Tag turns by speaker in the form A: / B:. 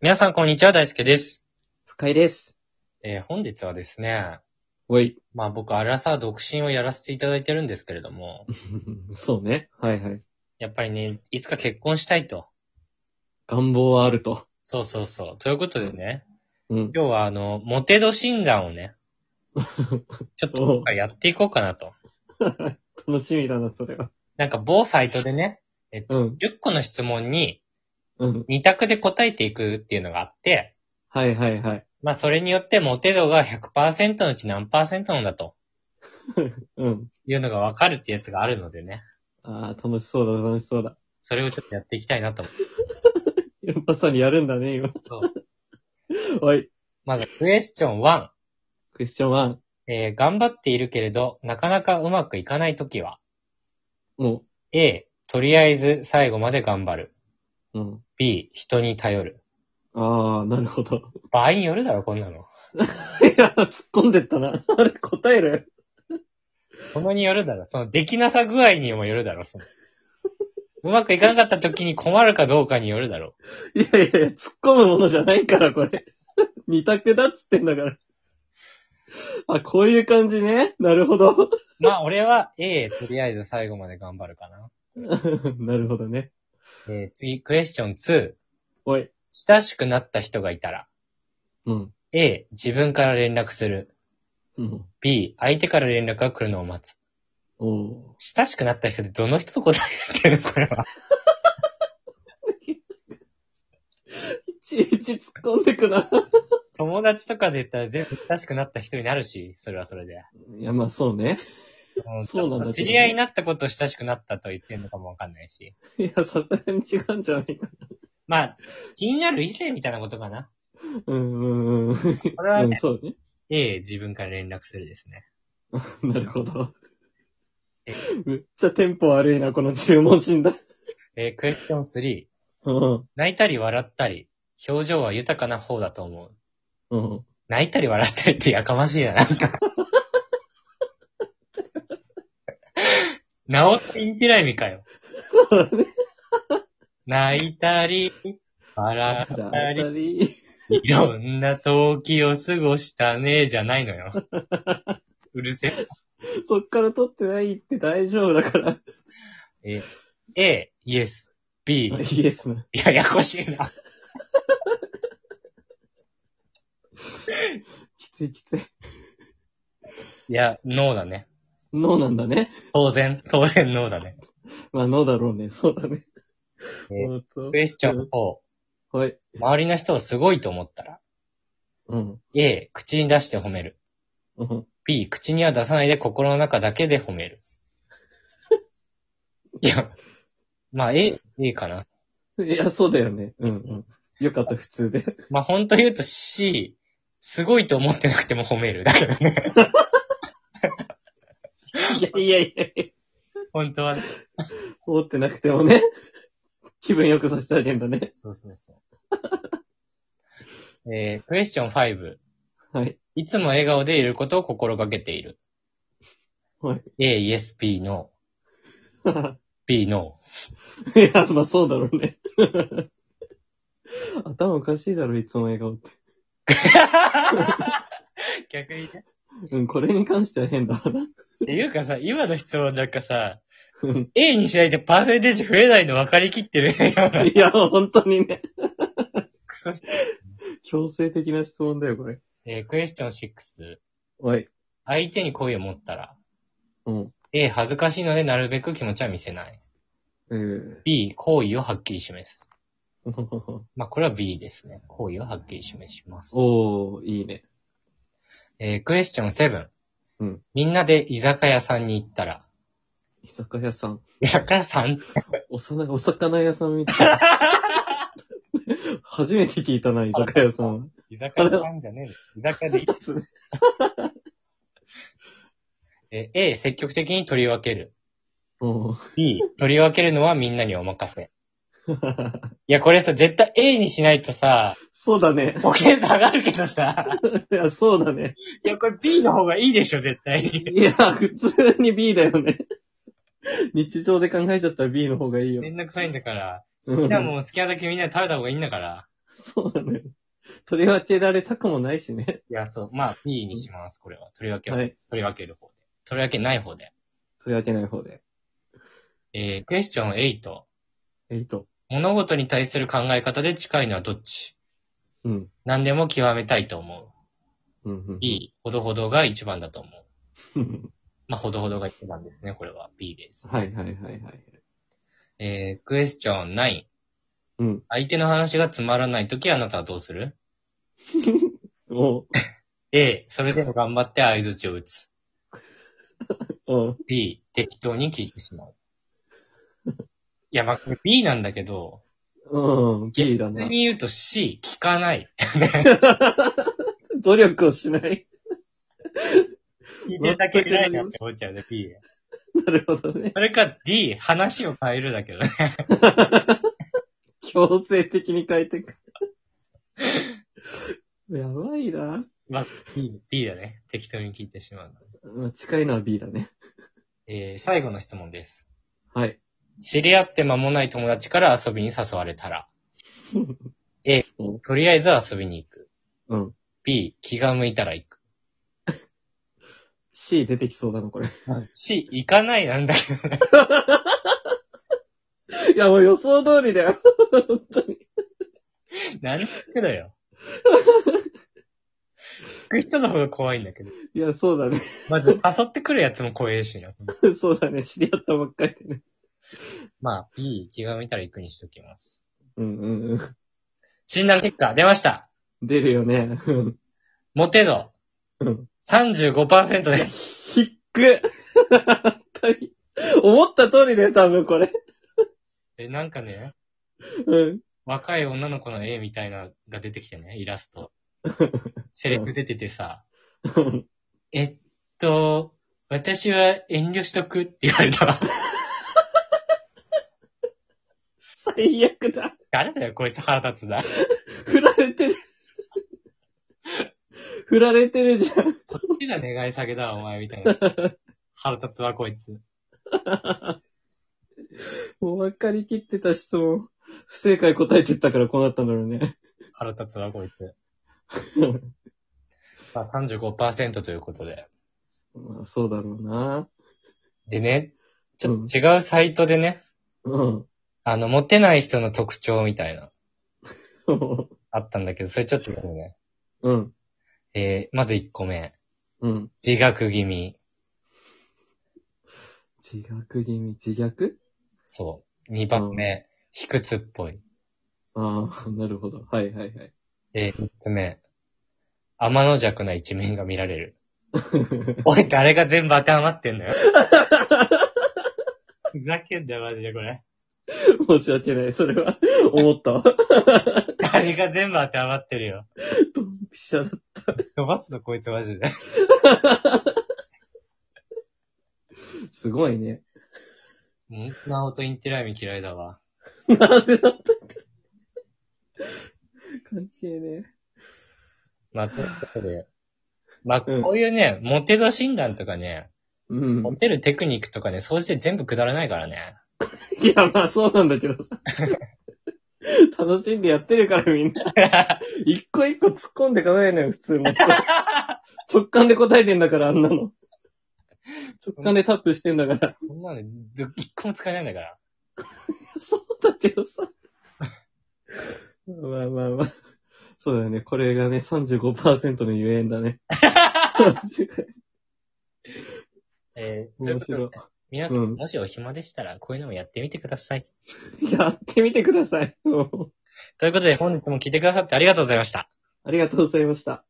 A: 皆さん、こんにちは。大輔です。
B: 深井です。
A: えー本日はですね、
B: おい。
A: まあ僕、アラサー独身をやらせていただいてるんですけれども、
B: そうね。はいはい。
A: やっぱりね、いつか結婚したいと。
B: 願望はあると。
A: そうそうそう。ということでね、
B: うん。
A: 今日はあの、モテ度診断をね、ちょっと今回やっていこうかなと。
B: 楽しみだな、それは。
A: なんか某サイトでね、えっと、
B: うん。
A: 10個の質問に
B: うん。
A: 2択で答えていくっていうのがあって、
B: はいはいはい。
A: まあそれによってモテ度が100%のうち何なんだと
B: うん。
A: いうのがわかるってやつがあるのでね、
B: ああ、楽しそうだ、楽しそうだ。
A: それをちょっとやっていきたいな と思って。
B: まさにやるんだね、今。
A: そう。
B: おい。
A: まず、クエスチョン1。
B: クエスチョン1。
A: えー頑張っているけれど、なかなかうまくいかないときは、
B: も
A: A、とりあえず最後まで頑張る。
B: う。うん。
A: B、人に頼る。
B: ああ、なるほど。
A: 場合によるだろ、こんなの。
B: いや、突っ込んでったな。あれ、答える
A: このによるだろ。その、できなさ具合にもよるだろ、その。うまくいかなかったときに 困るかどうかによるだろ。
B: いやいやいや、突っ込むものじゃないから、これ。 二択だっつってんだから。あ、こういう感じね。なるほど。
A: まあ、俺は A、とりあえず最後まで頑張るかな。
B: なるほどね。
A: えー次、クエスチョン2。
B: おい。
A: 親しくなった人がいたら、
B: うん。
A: A、自分から連絡する。
B: うん。
A: B、相手から連絡が来るのを待つ。
B: お
A: 親しくなった人ってどの人と答えてるのこれは。
B: いちいち突っ込んでくな。
A: 友達とかで言ったら全部親しくなった人になるし、それはそれで。
B: いや、まあそうね。 そうなんだけどね
A: 知り合いになったことを親しくなったと言ってるのかもわかんないし。
B: いや、さすがに違うんじゃないか。
A: まあ、気になる異性みたいなことかな。
B: うんうんうん。
A: これは
B: うん、
A: ね、
B: そうね。
A: A、自分から連絡するですね。
B: なるほど
A: え。
B: めっちゃテンポ悪いな、この注文診断。
A: えークエスチョン3。
B: うん。
A: 泣いたり笑ったり、表情は豊かな方だと思う。
B: うん。
A: 泣いたり笑ったりってやかましいな、なんか。 直ってインティライミかよ。
B: そうだね。
A: 泣いたり、笑
B: 当
A: ったり、
B: たり。
A: いろんな時を過ごしたね、じゃないのよ。うるせ
B: そっから取ってないって大丈夫だから。
A: え。え、A、イエス、B、
B: あイエスな。
A: ややこしいな。
B: きついきつい。
A: いや、ノーだね。
B: ノーなんだね。
A: 当然、当然ノーだね。
B: まあノーだろうね。そうだね。
A: え
B: ほんと
A: クエスチョン4、
B: はい。
A: 周りの人をすごいと思ったら、
B: うん。
A: A、口に出して褒める。
B: うん。
A: B、口には出さないで心の中だけで褒める。いや、まあ A、A かな。
B: いや、そうだよね。うんうん。よかった、普通で。
A: まあ本当言うと C、すごいと思ってなくても褒める。だけどね、
B: いやいやいやいや。
A: 本当はね。
B: 覆ってなくてもね、 気分良くさせてあげんだね。
A: そうそうそう。えー、クエスチョン5。
B: はい。
A: いつも笑顔でいることを心がけている。
B: はい
A: A、Yes, B, No. B, No.
B: いや、まあそうだろうね。 頭おかしいだろ、いつも笑顔って。
A: 逆にね。
B: うん、これに関しては変だわな。
A: っていうかさ、今の質問なんかさ、
B: うん。
A: A にしないでパーセンテージ増えないの分かりきってるような。
B: いや、本当にね、
A: クソ質問
B: 強制的な質問だよ、これ。
A: えークエスチョン6。
B: おい。
A: 相手に好意を持ったら、
B: うん。
A: A、恥ずかしいのでなるべく気持ちは見せない。
B: えー
A: B、好意をはっきり示す。
B: お
A: まあ、これは B ですね。好意をはっきり示します。
B: ー、いいね。
A: えークエスチョン7。
B: うん。
A: みんなで居酒屋さんに行ったら、
B: 居酒屋さん。
A: 居酒屋さん
B: おさなお魚屋さんみたい な。初めて聞いたな、居酒屋さん。
A: 居酒屋さんじゃねえの。居酒屋 でいい。
B: 一つね。
A: えー A、積極的に取り分ける。
B: うん。
A: B、取り分けるのはみんなにお任せ。いや、これさ、絶対 A にしないとさ、
B: そうだね。
A: 保険下がるけどさ、
B: いや、そうだね。
A: いや、これ B の方がいいでしょ、絶対に。
B: いや、普通に B だよね。 日常で考えちゃったら B の方がいいよ
A: め。んどくさいんだから、
B: う
A: 好き
B: ん
A: なもん好きなだけみんなで食べた方がいいんだから。
B: そうなのよ。取り分けられたくもないしね。
A: いや、そう。まあ、B にします、これは。取り分けは、
B: はい。
A: 取り分ける方で。取り分けない方で。
B: 取り分けない方で。
A: えー、クエスチョン8。
B: えいと。
A: 物事に対する考え方で近いのはどっち
B: うん。
A: 何でも極めたいと思う。
B: うん、うん。
A: B、ほどほどが一番だと思う。
B: うん
A: まあ、ほどほどが一番ですね、これは。B です。
B: はいはいはいはい。
A: えー、クエスチョン9。
B: うん。
A: 相手の話がつまらないときあなたはどうする
B: おう。
A: ?A、それでも頑張って相槌を打つ。
B: おう。
A: B、適当に聞いてし まう。いや、まあ、これ B なんだけど、
B: うん。ギリだ
A: 別
B: な。
A: に言うと C、聞かない。
B: 努力をしない。
A: 聞いてるだけ偉いなって思っちゃうね、B。
B: なるほどね。
A: それか D、話を変えるだけどね。
B: 強制的に変えていく。 やばいな。
A: まあ、B、B だね。適当に聞いてしまうの。
B: まあ近いのは B だね。
A: えー、最後の質問です。
B: はい。
A: 知り合って間もない友達から遊びに誘われたら。A
B: うん、
A: とりあえず遊びに行く。
B: うん。
A: B、気が向いたら行く。
B: C 出てきそうだな、これ。
A: C、行かないなんだけどね。
B: いや、もう予想通りだよ。本当に。
A: なんだけどよ。行く人の方が怖いんだけど。
B: いや、そうだね。
A: まず誘ってくるやつも怖えしな。
B: そうだね。知り合ったばっかりでね。
A: まあ、B、気が向いたら行くにしときます。
B: うんうんうん。
A: 診断結果出ました。
B: 出るよね。うん
A: モテ度
B: うん。
A: 35%です。
B: ひっく。 本当に思った通りだよ、多分これ。
A: え、なんかね、
B: うん。
A: 若い女の子の絵みたいなのが出てきてね、イラス ト。セレク出ててさ、
B: うん
A: えっと、私は遠慮しとくって言われた わ。
B: 最悪だ。
A: 誰だよ、こいつ腹立つな。
B: 振られてる。振られてるじゃん。
A: こっちが願い下げだわ、お前みたい な。腹立つわ、こいつ。
B: もう分かりきってた質問。不正解答えてったからこうなったんだろうね。
A: 腹立つわ、こいつ。まあ、35%ということで。
B: まあ、そうだろうな。
A: でね、ちょ
B: うん
A: っと違うサイトでね、
B: うん。
A: あの、モテない人の特徴みたいな、あったんだけど、それちょっと読むね。
B: うん。
A: えー、まず1個目。
B: うん。
A: 自虐気味。
B: 自虐気味、自虐
A: そう。2番目、卑屈っぽい。
B: ああ、なるほど。はいはいはい。
A: えー、3つ目、天の弱な一面が見られる。おい、誰が全部当てはまってんだよ。 ふざけんだよ、マジでこれ。
B: 申し訳ない。それは、 思ったわ。
A: 誰が全部当てはまってるよ。
B: ドンピシャだ。
A: 伸ばすの、こいつマジで。
B: すごいね。
A: もう、なおとインテライミ嫌いだわ。
B: なんでだったか。関係ね
A: まあ、ということで。まあ、
B: うん
A: こういうね、モテ度診断とかね、
B: え。うん。
A: モテるテクニックとかね、そうして全部くだらないからね。
B: いや、まあそうなんだけ どさ。楽しんでやってるからみんな。一個一個突っ込んでかないのよ、普 通も。直感で答えてんだから、あんなの。直感でタップしてんだから。
A: こんなの、ど一個も使えないんだから。
B: そうだけどさ。まあまあまあ。そうだよね。これがね、35%のゆえんだ ね。
A: えー、ということで
B: 面白
A: 皆さん、
B: うん
A: もしお暇でしたら、こういうのもやってみてください。
B: い。やってみてください。もう
A: ということで、本日も聞いてくださってありがとうございました。
B: ありがとうございました。